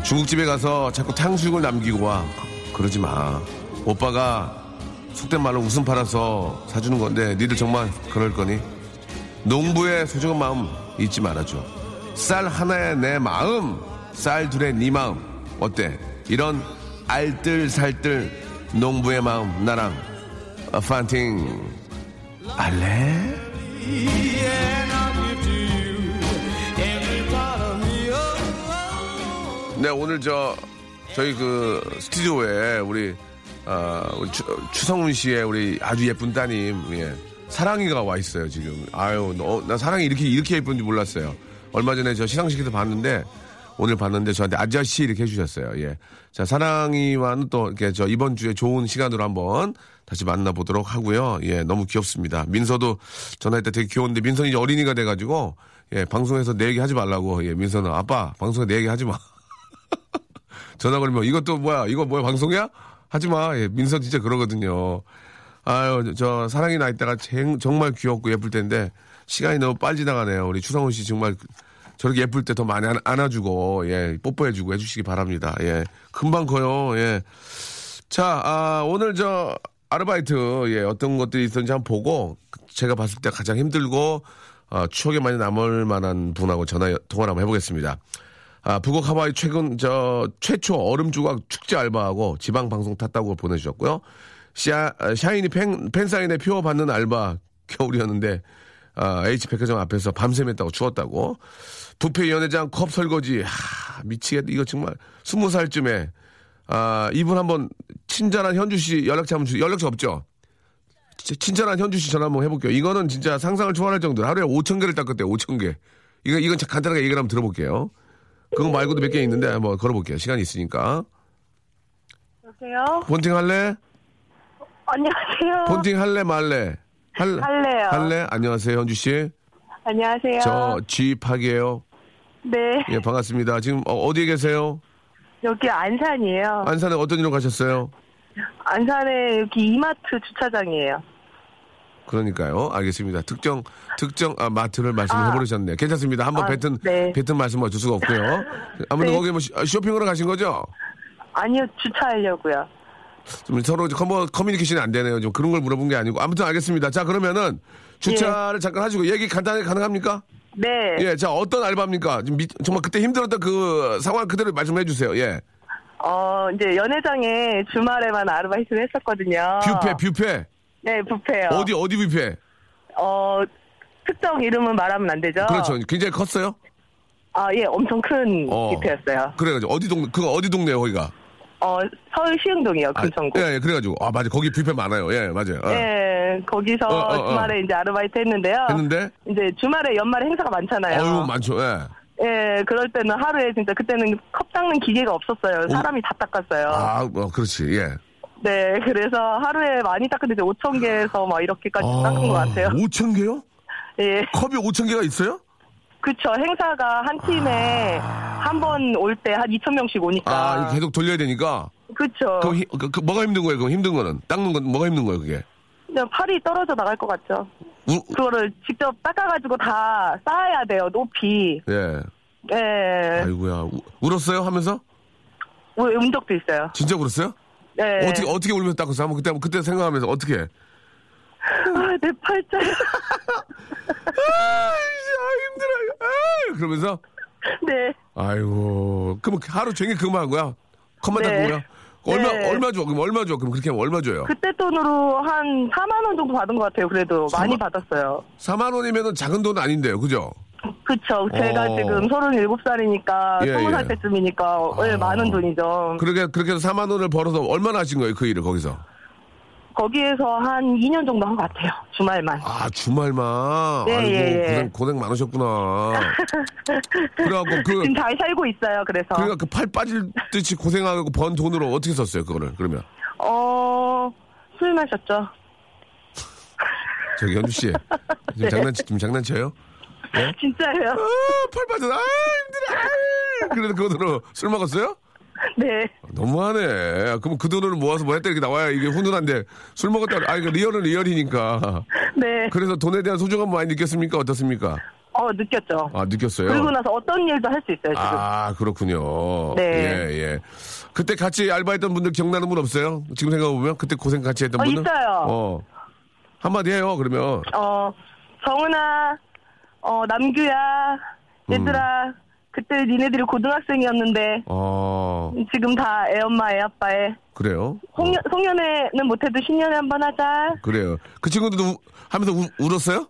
Speaker 3: 중국집에 가서 자꾸 탕수육을 남기고 와 그러지 마 오빠가 속된 말로 웃음 팔아서 사주는 건데 니들 정말 그럴 거니 농부의 소중한 마음 잊지 말아줘. 쌀 하나에 내 마음, 쌀 둘에 네 마음. 어때? 이런 알뜰살뜰 농부의 마음 나랑 어, 판팅 알래? 네 오늘 저 저희 그 스튜디오에 우리 아 우리 추, 추성훈 씨의 우리 아주 예쁜 따님 예 사랑이가 와 있어요 지금 아유 너, 나 사랑이 이렇게 이렇게 예쁜지 몰랐어요 얼마 전에 저 시상식에서 봤는데 오늘 봤는데 저한테 아저씨 이렇게 해주셨어요 예자 사랑이와는 또 이렇게 저 이번 주에 좋은 시간으로 한번 다시 만나보도록 하고요 예 너무 귀엽습니다 민서도 전화할 때 되게 귀여운데 민선이 이제 어린이가 돼가지고 예 방송에서 내 얘기 하지 말라고 예 민선아 아빠 방송에 내 얘기 하지 마 전화 걸면 이것도 뭐야 이거 뭐야 방송이야 하지마 예, 민서 진짜 그러거든요 아유 저, 저 사랑이 나 있다가 쟁- 정말 귀엽고 예쁠 텐데 시간이 너무 빨리 지나가네요 우리 추성훈 씨 정말 저렇게 예쁠 때 더 많이 안- 안아주고 예 뽀뽀해주고 해주시기 바랍니다 예 금방 커요 예 자, 아, 오늘 저 아르바이트 예, 어떤 것들이 있었는지 한번 보고 제가 봤을 때 아, 가장 힘들고 어, 추억에 많이 남을 만한 분하고 전화 통화를 한번 해보겠습니다. 아, 북극 하와이 최근, 저, 최초 얼음 조각 축제 알바하고 지방 방송 탔다고 보내주셨고요. 샤, 아, 샤이니 팬, 팬사인회 표 받는 알바 겨울이었는데, 아, H백화점 앞에서 밤샘했다고 추웠다고. 부패위원회장 컵 설거지, 하, 미치겠다. 이거 정말 스무 살쯤에, 아, 이분 한번 친절한 현주 씨 연락처 한번 주, 연락처 없죠? 치- 친절한 현주 씨 전화 한번 해볼게요. 이거는 진짜 상상을 초월할 정도로 하루에 5천 개를 닦았대요. 5천 개. 이거 이건 자- 간단하게 얘기를 한번 들어볼게요. 그거 말고도 몇 개 있는데 한번 걸어볼게요. 시간이 있으니까.
Speaker 5: 여보세요?
Speaker 3: 본팅 할래?
Speaker 5: 안녕하세요.
Speaker 3: 본팅 할래 말래? 할래?
Speaker 5: 할래요.
Speaker 3: 할래? 안녕하세요, 현주 씨.
Speaker 5: 안녕하세요.
Speaker 3: 저 G팍이에요.
Speaker 5: 네.
Speaker 3: 예, 반갑습니다. 지금 어- 어디에 계세요?
Speaker 5: 여기 안산이에요.
Speaker 3: 안산에 어떤 일로 가셨어요?
Speaker 5: 안산에 여기 이마트 주차장이에요.
Speaker 3: 그러니까요. 알겠습니다. 특정 특정 아, 마트를 말씀해 을 버리셨네요. 괜찮습니다. 한번
Speaker 5: 아,
Speaker 3: 뱉은
Speaker 5: 네.
Speaker 3: 뱉은 말씀 어쩔 수가 없고요. 아무튼
Speaker 5: 네.
Speaker 3: 거기 뭐 시- 아, 쇼핑하러 가신 거죠?
Speaker 5: 아니요, 주차하려고요.
Speaker 3: 좀 서로 이제 커머, 커뮤니케이션이 안 되네요. 좀 그런 걸 물어본 게 아니고 아무튼 알겠습니다. 자 그러면은 주차를 잠깐 하시고 얘기 간단하게 가능합니까?
Speaker 5: 예. 네.
Speaker 3: 예, 자 어떤 알바입니까? 지금 미- 정말 그때 힘들었던 그 상황 그대로 말씀해 주세요. 예,
Speaker 5: 어, 이제 연회장에 주말에만 아르바이트를 했었거든요.
Speaker 3: 뷔페, 뷔페
Speaker 5: 네, 뷔페요.
Speaker 3: 어디 어디 뷔페?
Speaker 5: 어, 특정 이름은 말하면 안 되죠?
Speaker 3: 그렇죠. 굉장히 컸어요.
Speaker 5: 아, 예, 엄청 큰
Speaker 3: 어.
Speaker 5: 뷔페였어요.
Speaker 3: 그래가지고 어디 동네 그 어디 동네요 거기가?
Speaker 5: 어, 서울 시흥동이요,
Speaker 3: 아,
Speaker 5: 금천구.
Speaker 3: 예, 예, 그래가지고 아 맞아 거기 뷔페 많아요. 예, 맞아요. 어.
Speaker 5: 예, 거기서
Speaker 3: 어, 어, 어.
Speaker 5: 주말에 이제 아르바이트 했는데요.
Speaker 3: 했는데
Speaker 5: 이제 주말에 연말에 행사가 많잖아요.
Speaker 3: 어유 많죠. 예.
Speaker 5: 예, 그럴 때는 하루에 진짜 그때는 컵 닦는 기계가 없었어요. 사람이 다 닦았어요.
Speaker 3: 아, 뭐 그렇지. 예.
Speaker 5: 네, 그래서 하루에 많이 닦았는데 5천 개에서 막 이렇게까지 닦은 것 같아요.
Speaker 3: 5천 개요?
Speaker 5: 예,
Speaker 3: 컵이 5천 개가 있어요?
Speaker 5: 그쵸. 행사가 한 팀에 한 번 올 때 한 2천 명씩
Speaker 3: 아,
Speaker 5: 오니까.
Speaker 3: 이거 계속 돌려야 되니까.
Speaker 5: 그쵸.
Speaker 3: 그럼 히- 그, 그 뭐가 힘든 거예요? 그럼 힘든 거는 닦는 건 뭐가 힘든 거예요? 그게
Speaker 5: 그냥 팔이 떨어져 나갈 것 같죠.
Speaker 3: 우-
Speaker 5: 그거를 직접 닦아가지고 다 쌓아야 돼요, 높이.
Speaker 3: 예.
Speaker 5: 예,
Speaker 3: 아이고야 우- 울었어요 하면서
Speaker 5: 운- 운 적도 있어요.
Speaker 3: 진짜 울었어요?
Speaker 5: 예.
Speaker 3: 어떻게 어떻게 울면서 닦았어요? 한번 그때 한번 그때 생각하면서 어떻게? 해?
Speaker 5: 아, 내 팔자야.
Speaker 3: 아, 이제 아, 힘들어요. 아, 그러면서
Speaker 5: 네.
Speaker 3: 아이고 그럼 하루 종일 그만 한 거야? 컵만
Speaker 5: 네.
Speaker 3: 닦은 거야? 얼마
Speaker 5: 네.
Speaker 3: 얼마 줘? 그럼 얼마 줘? 그럼 그렇게 하면 얼마 줘요?
Speaker 5: 그때 돈으로 한 4만 원 정도 받은 것 같아요. 그래도 많이 받았어요.
Speaker 3: 4만 원이면은 작은 돈 아닌데요, 그죠?
Speaker 5: 그쵸. 제가
Speaker 3: 어.
Speaker 5: 지금 37살이니까,
Speaker 3: 예,
Speaker 5: 20살
Speaker 3: 예. 아.
Speaker 5: 때쯤이니까, 예, 많은 돈이죠.
Speaker 3: 그렇게 그렇게 해서 4만 원을 벌어서 얼마나 하신 거예요, 그 일을 거기서?
Speaker 5: 거기에서 한 2년 정도 한 것 같아요. 주말만.
Speaker 3: 아 주말만.
Speaker 5: 네,
Speaker 3: 아이고
Speaker 5: 예, 예.
Speaker 3: 고생 고생 많으셨구나. 그래갖고 그
Speaker 5: 지금 잘 살고 있어요. 그래서.
Speaker 3: 그러니까 그 팔 빠질 듯이 고생하고 번 돈으로 어떻게 썼어요, 그거를? 그러면
Speaker 5: 어, 술 마셨죠.
Speaker 3: 저기 현주 씨 지금
Speaker 5: 네.
Speaker 3: 장난치 지금 장난쳐요?
Speaker 5: 진짜예요.
Speaker 3: 아팔 빠져, 아 힘들어. 아, 그래도 그 돈으로 술 먹었어요?
Speaker 5: 네.
Speaker 3: 너무하네. 그럼 그 돈을 모아서 뭐 했다 이렇게 나와야 이게 훈훈한데 술 먹었다. 아 이거 리얼은 리얼이니까.
Speaker 5: 네.
Speaker 3: 그래서 돈에 대한 소중함 많이 느꼈습니까? 어떻습니까?
Speaker 5: 어, 느꼈죠.
Speaker 3: 아 느꼈어요.
Speaker 5: 그리고 나서 어떤 일도 할 수 있어요. 지금.
Speaker 3: 아 그렇군요.
Speaker 5: 네.
Speaker 3: 예 예. 그때 같이 알바했던 분들 기억나는 분 없어요? 지금 생각해 보면 그때 고생 같이 했던
Speaker 5: 어,
Speaker 3: 분은
Speaker 5: 있어요.
Speaker 3: 어 한마디 해요 그러면.
Speaker 5: 어, 정은아, 어, 남규야, 얘들아,
Speaker 3: 음.
Speaker 5: 그때 니네들이 고등학생이었는데,
Speaker 3: 어
Speaker 5: 지금 다 애엄마, 애아빠에.
Speaker 3: 그래요.
Speaker 5: 송년,
Speaker 3: 어,
Speaker 5: 송년회는 못해도 신년회 한 번 하자.
Speaker 3: 그래요. 그 친구들도 우- 하면서 우- 울었어요?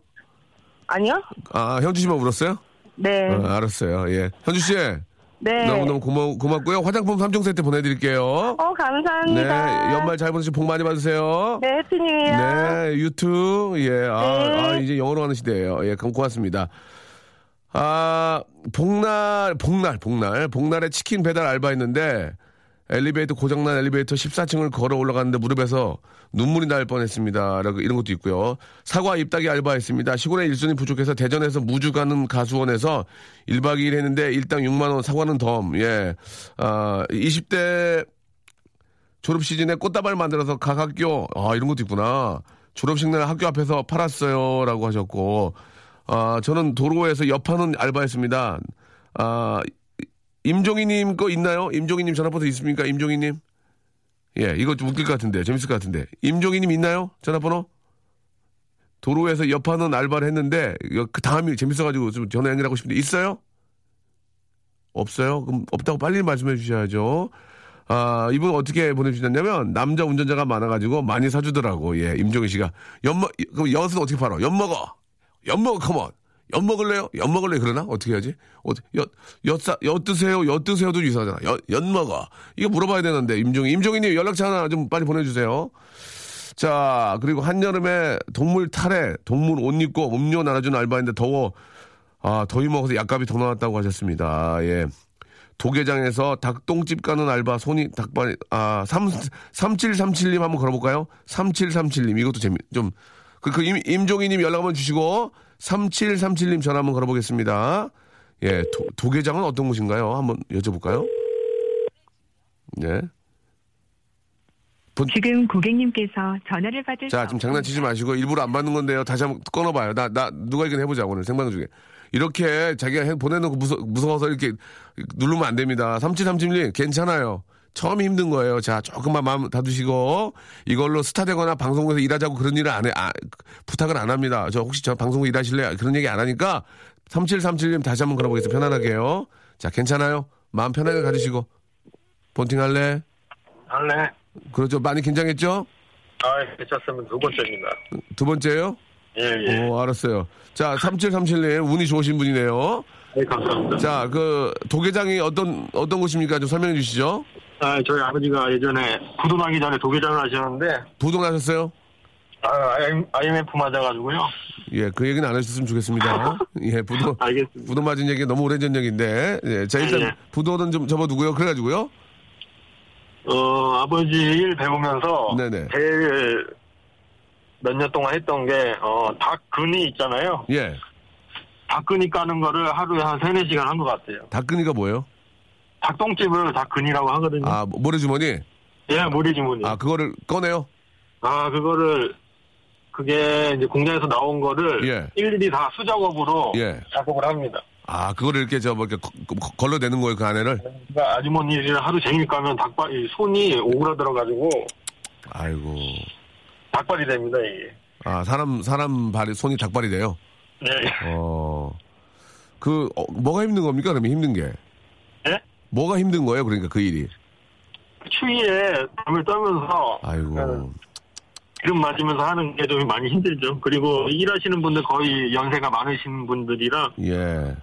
Speaker 5: 아니요?
Speaker 3: 아 현주 씨만 울었어요?
Speaker 5: 네.
Speaker 3: 어, 알았어요. 예 현주 씨.
Speaker 5: 네.
Speaker 3: 너무너무 고마, 고맙고요. 화장품 3종 세트 보내드릴게요.
Speaker 5: 어, 감사합니다.
Speaker 3: 네, 연말 잘 보내시고 복 많이 받으세요.
Speaker 5: 네, 해피뉴이요.
Speaker 3: 네, 유튜브, 예, 아,
Speaker 5: 네.
Speaker 3: 아, 이제 영어로 하는 시대예요 예, 그럼 고맙습니다. 아, 복날, 복날, 복날, 복날에 치킨 배달 알바했는데, 엘리베이터 고장난 엘리베이터 14층을 걸어 올라갔는데 무릎에서 눈물이 날 뻔했습니다. 라고 이런 것도 있고요. 사과 입따기 알바했습니다. 시골에 일손이 부족해서 대전에서 무주 가는 가수원에서 1박 2일 했는데 일당 6만 원 사과는 덤. 예. 아, 20대 졸업 시즌에 꽃다발 만들어서 각 학교 아 이런 것도 있구나 졸업식 날 학교 앞에서 팔았어요라고 하셨고 아 저는 도로에서 옆하는 알바했습니다 아 임종희님 거 있나요 임종희님 전화번호 있습니까 임종희님 예 이거 좀 웃길 것 같은데 재밌을 것 같은데 임종희님 있나요 전화번호 도로에서 옆하는 알바를 했는데 이거 그 다음이 재밌어가지고 좀 전화 연결하고 싶은데 있어요 없어요? 그럼 없다고 빨리 말씀해 주셔야죠. 아, 이분 어떻게 보내주셨냐면, 남자 운전자가 많아가지고 많이 사주더라고. 예, 임종희 씨가. 엿 먹, 그럼 엿은 어떻게 팔아? 엿 먹어! 엿 먹어, 컴온! 엿 먹을래요? 엿 먹을래? 그러나? 어떻게 해야지? 어, 엿, 엿, 사, 엿 드세요? 엿 드세요도 이상하잖아. 엿, 엿 먹어. 이거 물어봐야 되는데, 임종희. 임종희님 연락처 하나 좀 빨리 보내주세요. 자, 그리고 한여름에 동물 탈에 동물 옷 입고 음료 나눠주는 알바인데 더워. 아, 더위 먹어서 약값이 더 나왔다고 하셨습니다. 예. 도계장에서 닭똥집 가는 알바 손이 닭발 아, 삼 3737님 한번 걸어 볼까요? 3737님 이것도 재미 좀 그, 그 임, 임종희님 연락 한번 주시고 3737님 전화 한번 걸어보겠습니다. 예, 도, 도계장은 어떤 곳인가요? 한번 여쭤볼까요? 네.
Speaker 5: 지금 고객님께서 전화를 받을
Speaker 3: 자, 지금 장난치지 마시고 일부러 안 받는 건데요. 다시 한번 꺼내봐요. 나, 나, 누가 이긴 해보자, 오늘 생방송 중에. 이렇게 자기가 해- 보내놓고 무서, 무서워서 이렇게 누르면 안 됩니다. 삼칠삼칠님, 괜찮아요. 처음이 힘든 거예요. 자, 조금만 마음 다두시고, 이걸로 스타 되거나 방송국에서 일하자고 그런 일을 안 해, 아, 부탁을 안 합니다. 저 혹시 저 방송국 일하실래요? 그런 얘기 안 하니까, 삼칠삼칠님 다시 한번 걸어보겠습니다. 편안하게요. 자, 괜찮아요. 마음 편하게 가지시고, 본팅 할래?
Speaker 6: 할래.
Speaker 3: 그렇죠. 많이 긴장했죠?
Speaker 6: 아, 괜찮으면 두 번째입니다.
Speaker 3: 두 번째요?
Speaker 6: 예, 예.
Speaker 3: 오, 알았어요. 자, 3737님, 운이 좋으신 분이네요.
Speaker 6: 네, 감사합니다.
Speaker 3: 자, 그, 도계장이 어떤, 어떤 곳입니까? 좀 설명해 주시죠.
Speaker 6: 아, 저희 아버지가 예전에 부도나기 전에 도계장을 하셨는데,
Speaker 3: 부동하셨어요?
Speaker 6: 아, IM- IMF 맞아가지고요.
Speaker 3: 예, 그 얘기는 안 하셨으면 좋겠습니다. 예, 부도,
Speaker 6: 알겠습니다.
Speaker 3: 부도 맞은 얘기 너무 오래전 얘기인데. 예, 자,
Speaker 6: 예, 예.
Speaker 3: 일단, 부도는 좀 접어두고요. 그래가지고요.
Speaker 6: 어, 아버지 일 배우면서,
Speaker 3: 네네.
Speaker 6: 제일 몇 년 동안 했던 게, 어, 닭근이 있잖아요.
Speaker 3: 예,
Speaker 6: 닭근이 까는 거를 하루에 한 세네 시간 한 것 같아요.
Speaker 3: 닭끈이가 뭐예요?
Speaker 6: 닭똥집을 닭근이라고 하거든요.
Speaker 3: 아, 모래주머니?
Speaker 6: 예, 모래주머니.
Speaker 3: 아,
Speaker 6: 아,
Speaker 3: 그거를 꺼내요?
Speaker 6: 그거를, 그게 이제 공장에서 나온 거를
Speaker 3: 예.
Speaker 6: 일일이 다 수작업으로
Speaker 3: 예.
Speaker 6: 작업을 합니다.
Speaker 3: 아, 그거를 이렇게 저, 뭐, 이렇게 거- 거- 걸러대는 거예요, 그 안에를?
Speaker 6: 그러니까 아주머니를 하루 종일 까면 닭발 이 손이 오그라들어가지고
Speaker 3: 아이고.
Speaker 6: 닭발이 됩니다 이게.
Speaker 3: 아, 사람, 사람 발이, 손이 닭발이 돼요?
Speaker 6: 네.
Speaker 3: 어, 그, 어, 뭐가 힘든 겁니까? 그러면 힘든 게.
Speaker 6: 예?
Speaker 3: 뭐가 힘든 거예요? 그러니까 그 일이.
Speaker 6: 추위에 밤을 떨면서
Speaker 3: 아이고.
Speaker 6: 음, 기름 맞으면서 하는 게 좀 많이 힘들죠. 그리고 일하시는 분들 거의 연세가 많으신 분들이라
Speaker 3: 예.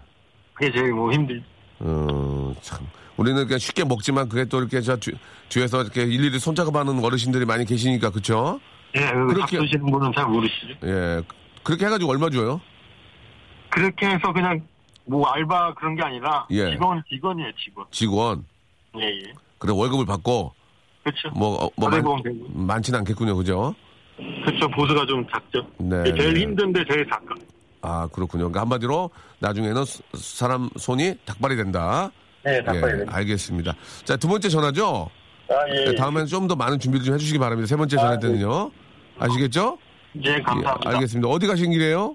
Speaker 6: 그게 제일 뭐 힘들.
Speaker 3: 어, 참. 우리는 그냥 쉽게 먹지만 그게 또 이렇게 저 뒤, 뒤에서 이렇게 일일이 손작업하는 어르신들이 많이 계시니까, 그쵸?
Speaker 6: 예,
Speaker 3: 그렇게-
Speaker 6: 그렇게 드시는 분은 잘 모르시죠.
Speaker 3: 예. 그렇게 해가지고 얼마 줘요?
Speaker 6: 그렇게 해서 그냥 뭐 알바 그런 게 아니라
Speaker 3: 예.
Speaker 6: 직원 직원이에요 직원.
Speaker 3: 직원.
Speaker 6: 예 예.
Speaker 3: 그래, 월급을 받고,
Speaker 6: 그렇죠.
Speaker 3: 뭐, 어, 뭐,
Speaker 6: 사대보험 되고.
Speaker 3: 많진 않겠군요, 그죠?
Speaker 6: 그렇죠 보수가 좀 작죠.
Speaker 3: 네,
Speaker 6: 제일
Speaker 3: 네.
Speaker 6: 힘든데 제일 작아.
Speaker 3: 아, 그렇군요. 그러니까 한마디로 나중에는 스- 사람 손이 닭발이 된다.
Speaker 6: 네,
Speaker 3: 예, 알겠습니다. 자, 두 번째 전화죠?
Speaker 6: 아, 예.
Speaker 3: 네, 다음에는 좀 더 많은 준비를 좀 해주시기 바랍니다. 세 번째 전화 때는요. 아시겠죠?
Speaker 6: 예, 아, 네. 감사합니다.
Speaker 3: 예, 알겠습니다. 어디 가신 길이에요?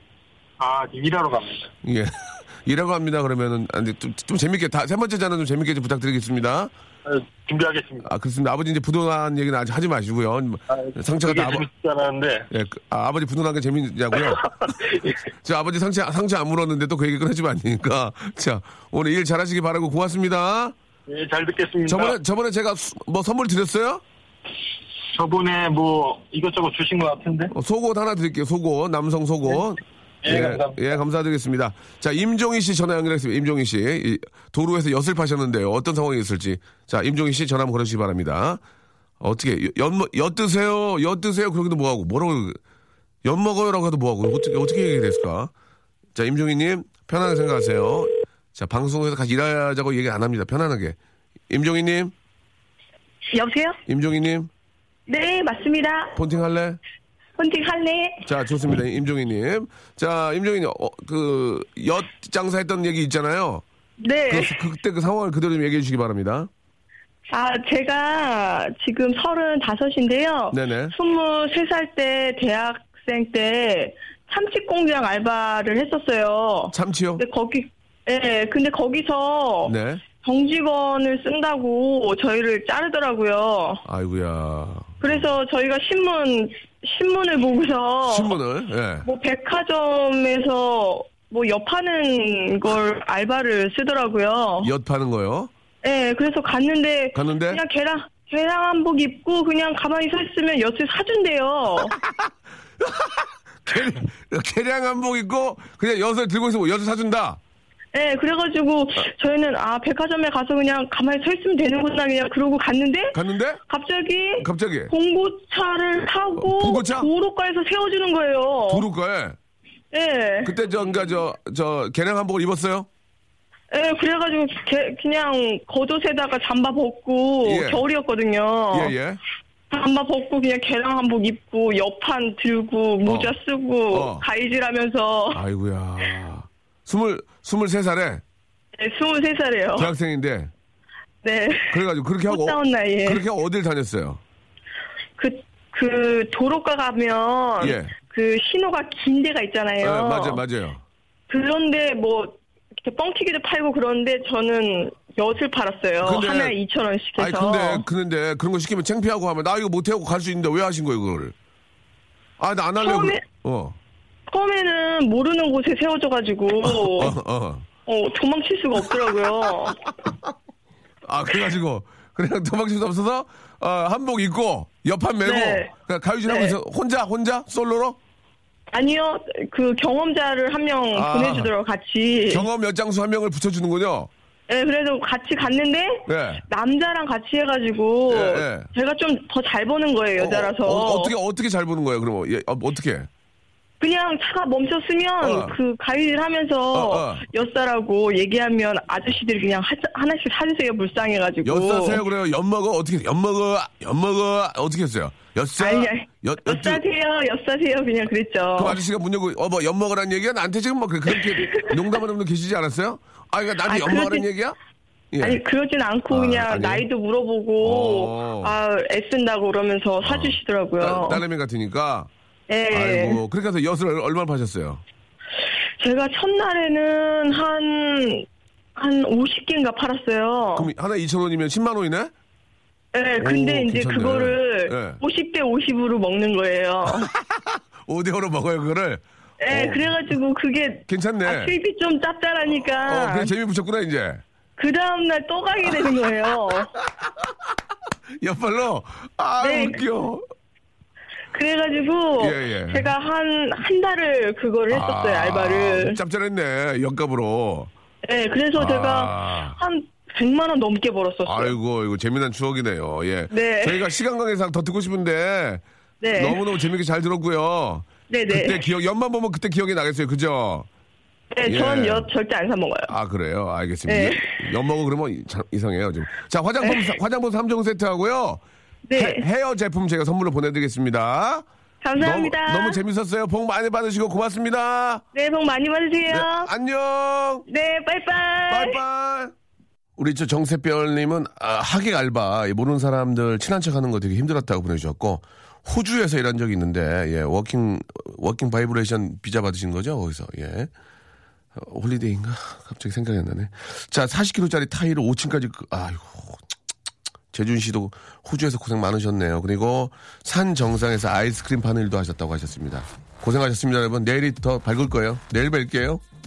Speaker 6: 아, 일하러 갑니다.
Speaker 3: 예. 이라고 합니다. 그러면은 아, 근데 좀, 좀 재밌게 다 세 번째 전화 좀 재밌게 좀 부탁드리겠습니다.
Speaker 6: 어, 준비하겠습니다.
Speaker 3: 아 그렇습니다. 아버지 이제 부도난 얘기는 아직 하지 마시고요. 음, 상처가
Speaker 6: 그게
Speaker 3: 다 아버,
Speaker 6: 재밌지 않았는데.
Speaker 3: 예, 그- 아, 버지 부도난 게 재밌냐고요? 저 아버지 상처 상처 안 물었는데 또 그 얘기 끊어지면 안 되니까 자 오늘 일 잘하시기 바라고 고맙습니다.
Speaker 6: 예, 잘 듣겠습니다.
Speaker 3: 저번에 저번에 제가 수- 뭐 선물 드렸어요?
Speaker 6: 저번에 뭐 이것저것 주신 것 같은데.
Speaker 3: 어, 속옷 하나 드릴게요. 속옷 남성 속옷.
Speaker 6: 예, 감사합니다.
Speaker 3: 예, 감사드리겠습니다. 자, 임종희 씨 전화 연결했습니다. 임종희 씨. 이, 도로에서 엿을 파셨는데요. 어떤 상황이 있을지. 자, 임종희 씨 전화 한번 걸어주시기 바랍니다. 어떻게, 엿, 먹- 엿 드세요, 엿 드세요. 그러기도 뭐하고, 뭐라고, 엿 먹어요라고 해도 뭐하고, 어떻게, 어떻게 얘기해야 됐을까? 자, 임종희님, 편안하게 생각하세요. 자, 방송에서 같이 일하자고 얘기 안 합니다. 편안하게. 임종희님,
Speaker 5: 여보세요?
Speaker 3: 임종희님,
Speaker 5: 네 맞습니다.
Speaker 3: 폰팅 할래?
Speaker 5: 혼팅 할래?
Speaker 3: 자, 좋습니다. 임종희님. 자, 임종희님, 어, 그, 엿 장사했던 얘기 있잖아요.
Speaker 5: 네.
Speaker 3: 그, 그때 그 상황을 그대로 좀 얘기해 주시기 바랍니다.
Speaker 5: 아 제가 지금 서른 다섯인데요.
Speaker 3: 네네.
Speaker 5: 스물세 살 때 대학생 때 참치 공장 알바를 했었어요.
Speaker 3: 참치요?
Speaker 5: 근데 거기 예, 근데 거기서
Speaker 3: 네.
Speaker 5: 정직원을 쓴다고 저희를 자르더라고요.
Speaker 3: 아이고야.
Speaker 5: 그래서 저희가 신문 신문을 보고서
Speaker 3: 신문을, 예.
Speaker 5: 뭐 백화점에서 뭐 여파는 걸 알바를 쓰더라고요.
Speaker 3: 엿 파는 거요?
Speaker 5: 네, 그래서 갔는데
Speaker 3: 갔는데?
Speaker 5: 그냥 계란 계란 한복 입고 그냥 가만히 서 있으면 엿을 사준대요.
Speaker 3: 계량, 계량 한복 입고 그냥 엿을 들고 있으면 엿을 사준다.
Speaker 5: 네, 그래가지고 저희는 아 백화점에 가서 그냥 가만히 서 있으면 되는구나 그냥 그러고 갔는데
Speaker 3: 갔는데
Speaker 5: 갑자기
Speaker 3: 갑자기
Speaker 5: 봉고차를 타고
Speaker 3: 예. 어, 봉고차?
Speaker 5: 도로가에서 세워주는 거예요.
Speaker 3: 도로가에
Speaker 5: 예.
Speaker 3: 그때 전가 저저 계량 한복을 입었어요?
Speaker 5: 예, 그래가지고 게- 그냥 겉옷에다가 잠바 벗고
Speaker 3: 예.
Speaker 5: 겨울이었거든요.
Speaker 3: 예예.
Speaker 5: 잠바 벗고 그냥 개랑 한복 입고 옆판 들고 모자
Speaker 3: 어.
Speaker 5: 쓰고
Speaker 3: 어. 아.
Speaker 5: 가이질하면서
Speaker 3: 아이고야. 스물 스물세 살에
Speaker 5: 네, 23살이에요.
Speaker 3: 대학생인데
Speaker 5: 네.
Speaker 3: 그래가지고 그렇게 하고 어,
Speaker 5: 꽃다운 나이에
Speaker 3: 그렇게 하고 어딜 다녔어요?
Speaker 5: 그, 그 도로가 가면
Speaker 3: 예.
Speaker 5: 그 신호가 긴 데가 있잖아요.
Speaker 3: 예, 맞아요 맞아요.
Speaker 5: 그런데 뭐 이렇게 뻥튀기도 팔고 그런데 저는 엿을 팔았어요.
Speaker 3: 근데-
Speaker 5: 하나에 2천 원씩 해서.
Speaker 3: 아니 근데 그런데 그런 거 시키면 창피하고 하면 나 이거 못하고 갈 수 있는데 왜 하신 거예요 그거를? 아 나 안 할래.
Speaker 5: 처음에-
Speaker 3: 어.
Speaker 5: 처음에는 모르는 곳에 세워져가지고
Speaker 3: 어,
Speaker 5: 어,
Speaker 3: 어.
Speaker 5: 도망칠 수가 없더라고요.
Speaker 3: 아 그래가지고 그냥 도망칠 수 없어서 어, 한복 입고 옆판 메고
Speaker 5: 네.
Speaker 3: 그냥 가위질하고
Speaker 5: 네.
Speaker 3: 있어 혼자 혼자 솔로로
Speaker 5: 아니요, 그 경험자를 한 명
Speaker 3: 아.
Speaker 5: 보내주더라고 같이.
Speaker 3: 경험 몇 장수 한 명을 붙여주는군요.
Speaker 5: 네, 그래도 같이 갔는데
Speaker 3: 네.
Speaker 5: 남자랑 같이 해가지고
Speaker 3: 예, 예.
Speaker 5: 제가 좀 더 잘 보는 거예요 여자라서.
Speaker 3: 어, 떻게 어떻게 잘 보는 거예요? 그럼 예, 어, 어떻게?
Speaker 5: 그냥 차가 멈췄으면
Speaker 3: 어.
Speaker 5: 그
Speaker 3: 어,
Speaker 5: 가위질하면서
Speaker 3: 어.
Speaker 5: 엿사라고 얘기하면 아저씨들이 그냥 하, 하나씩 사주세요 불쌍해가지고.
Speaker 3: 엿사세요 그래요? 엿 먹어 어떻게 엿 먹어 엿 먹어 어떻게 했어요? 엿사
Speaker 5: 아니, 아니.
Speaker 3: 엿 엿두-
Speaker 5: 엿사세요, 엿사세요 그냥 그랬죠.
Speaker 3: 그럼 아저씨가 문 열고 어뭐 엿 먹으란 얘기야? 나한테 지금 막 그렇게 농담하는 분들 계시지 않았어요? 아 그러니까 나한테
Speaker 5: 아니,
Speaker 3: 엿
Speaker 5: 그러지-
Speaker 3: 먹으란 얘기야? 예.
Speaker 5: 아니 그러진 않고
Speaker 3: 아,
Speaker 5: 그냥
Speaker 3: 아니에요?
Speaker 5: 나이도 물어보고
Speaker 3: 어. 아.
Speaker 5: 아 애쓴다고 그러면서 사주시더라고요.
Speaker 3: 딸- 딸내미 같으니까
Speaker 5: 예.
Speaker 3: 아이고 그렇게 해서 엿을 얼마나 파셨어요?
Speaker 5: 제가 첫날에는 한, 한 50개인가 팔았어요.
Speaker 3: 그럼 하나 2,000원이면 10만 원이네?
Speaker 5: 예, 근데
Speaker 3: 오,
Speaker 5: 이제
Speaker 3: 괜찮네.
Speaker 5: 그거를
Speaker 3: 예.
Speaker 5: 50대 50으로 먹는 거예요.
Speaker 3: 5대 5로 먹어요, 그거를.
Speaker 5: 예,
Speaker 3: 어.
Speaker 5: 그래가지고 그게
Speaker 3: 괜찮네.
Speaker 5: 아, 수입이 좀
Speaker 3: 어,
Speaker 5: 짭짤하니까
Speaker 3: 그냥 재미 붙였구나, 이제.
Speaker 5: 그 다음날 또 가게 되는 거예요.
Speaker 3: 옆발로. 아,
Speaker 5: 네.
Speaker 3: 웃겨.
Speaker 5: 그래가지고
Speaker 3: 예, 예.
Speaker 5: 제가 한 한 달을 그거를 했었어요
Speaker 3: 아,
Speaker 5: 알바를.
Speaker 3: 짭짤했네, 역값으로.
Speaker 5: 예, 그래서
Speaker 3: 아.
Speaker 5: 제가 한 100만 원 넘게 벌었었어요.
Speaker 3: 아이고, 이거 재미난 추억이네요, 예.
Speaker 5: 네.
Speaker 3: 저희가 시간 관계상 더 듣고 싶은데.
Speaker 5: 네.
Speaker 3: 너무너무 재밌게 잘 들었고요.
Speaker 5: 네네.
Speaker 3: 그때 기억, 연만 보면 그때 기억이 나겠어요, 그죠?
Speaker 5: 네,
Speaker 3: 예.
Speaker 5: 전엿 절대 안 사 먹어요.
Speaker 3: 아, 그래요? 알겠습니다.
Speaker 5: 네.
Speaker 3: 엿 먹어 그러면 이- 참 이상해요, 지금. 자, 화장품, 사- 화장품 3종 세트하고요.
Speaker 5: 네,
Speaker 3: 헤, 헤어 제품 제가 선물로 보내드리겠습니다.
Speaker 5: 감사합니다.
Speaker 3: 너무, 너무 재밌었어요. 복 많이 받으시고 고맙습니다.
Speaker 5: 네, 복 많이 받으세요.
Speaker 3: 네, 안녕.
Speaker 5: 네, 빠이빠이.
Speaker 3: 빠이빠이. 우리 저 정세별님은 아, 하객 알바 이 모르는 사람들 친한 척하는 거 되게 힘들었다고 보내주셨고 호주에서 일한 적이 있는데 예 워킹 워킹 바이브레이션 비자 받으신 거죠 거기서 예 어, 홀리데이인가 갑자기 생각이 안 나네 자 40kg짜리 타이를 5층까지 그, 아이고 재준 씨도 호주에서 고생 많으셨네요. 그리고 산 정상에서 아이스크림 파는 일도 하셨다고 하셨습니다. 고생하셨습니다, 여러분. 내일이 더 밝을 거예요. 내일 뵐게요.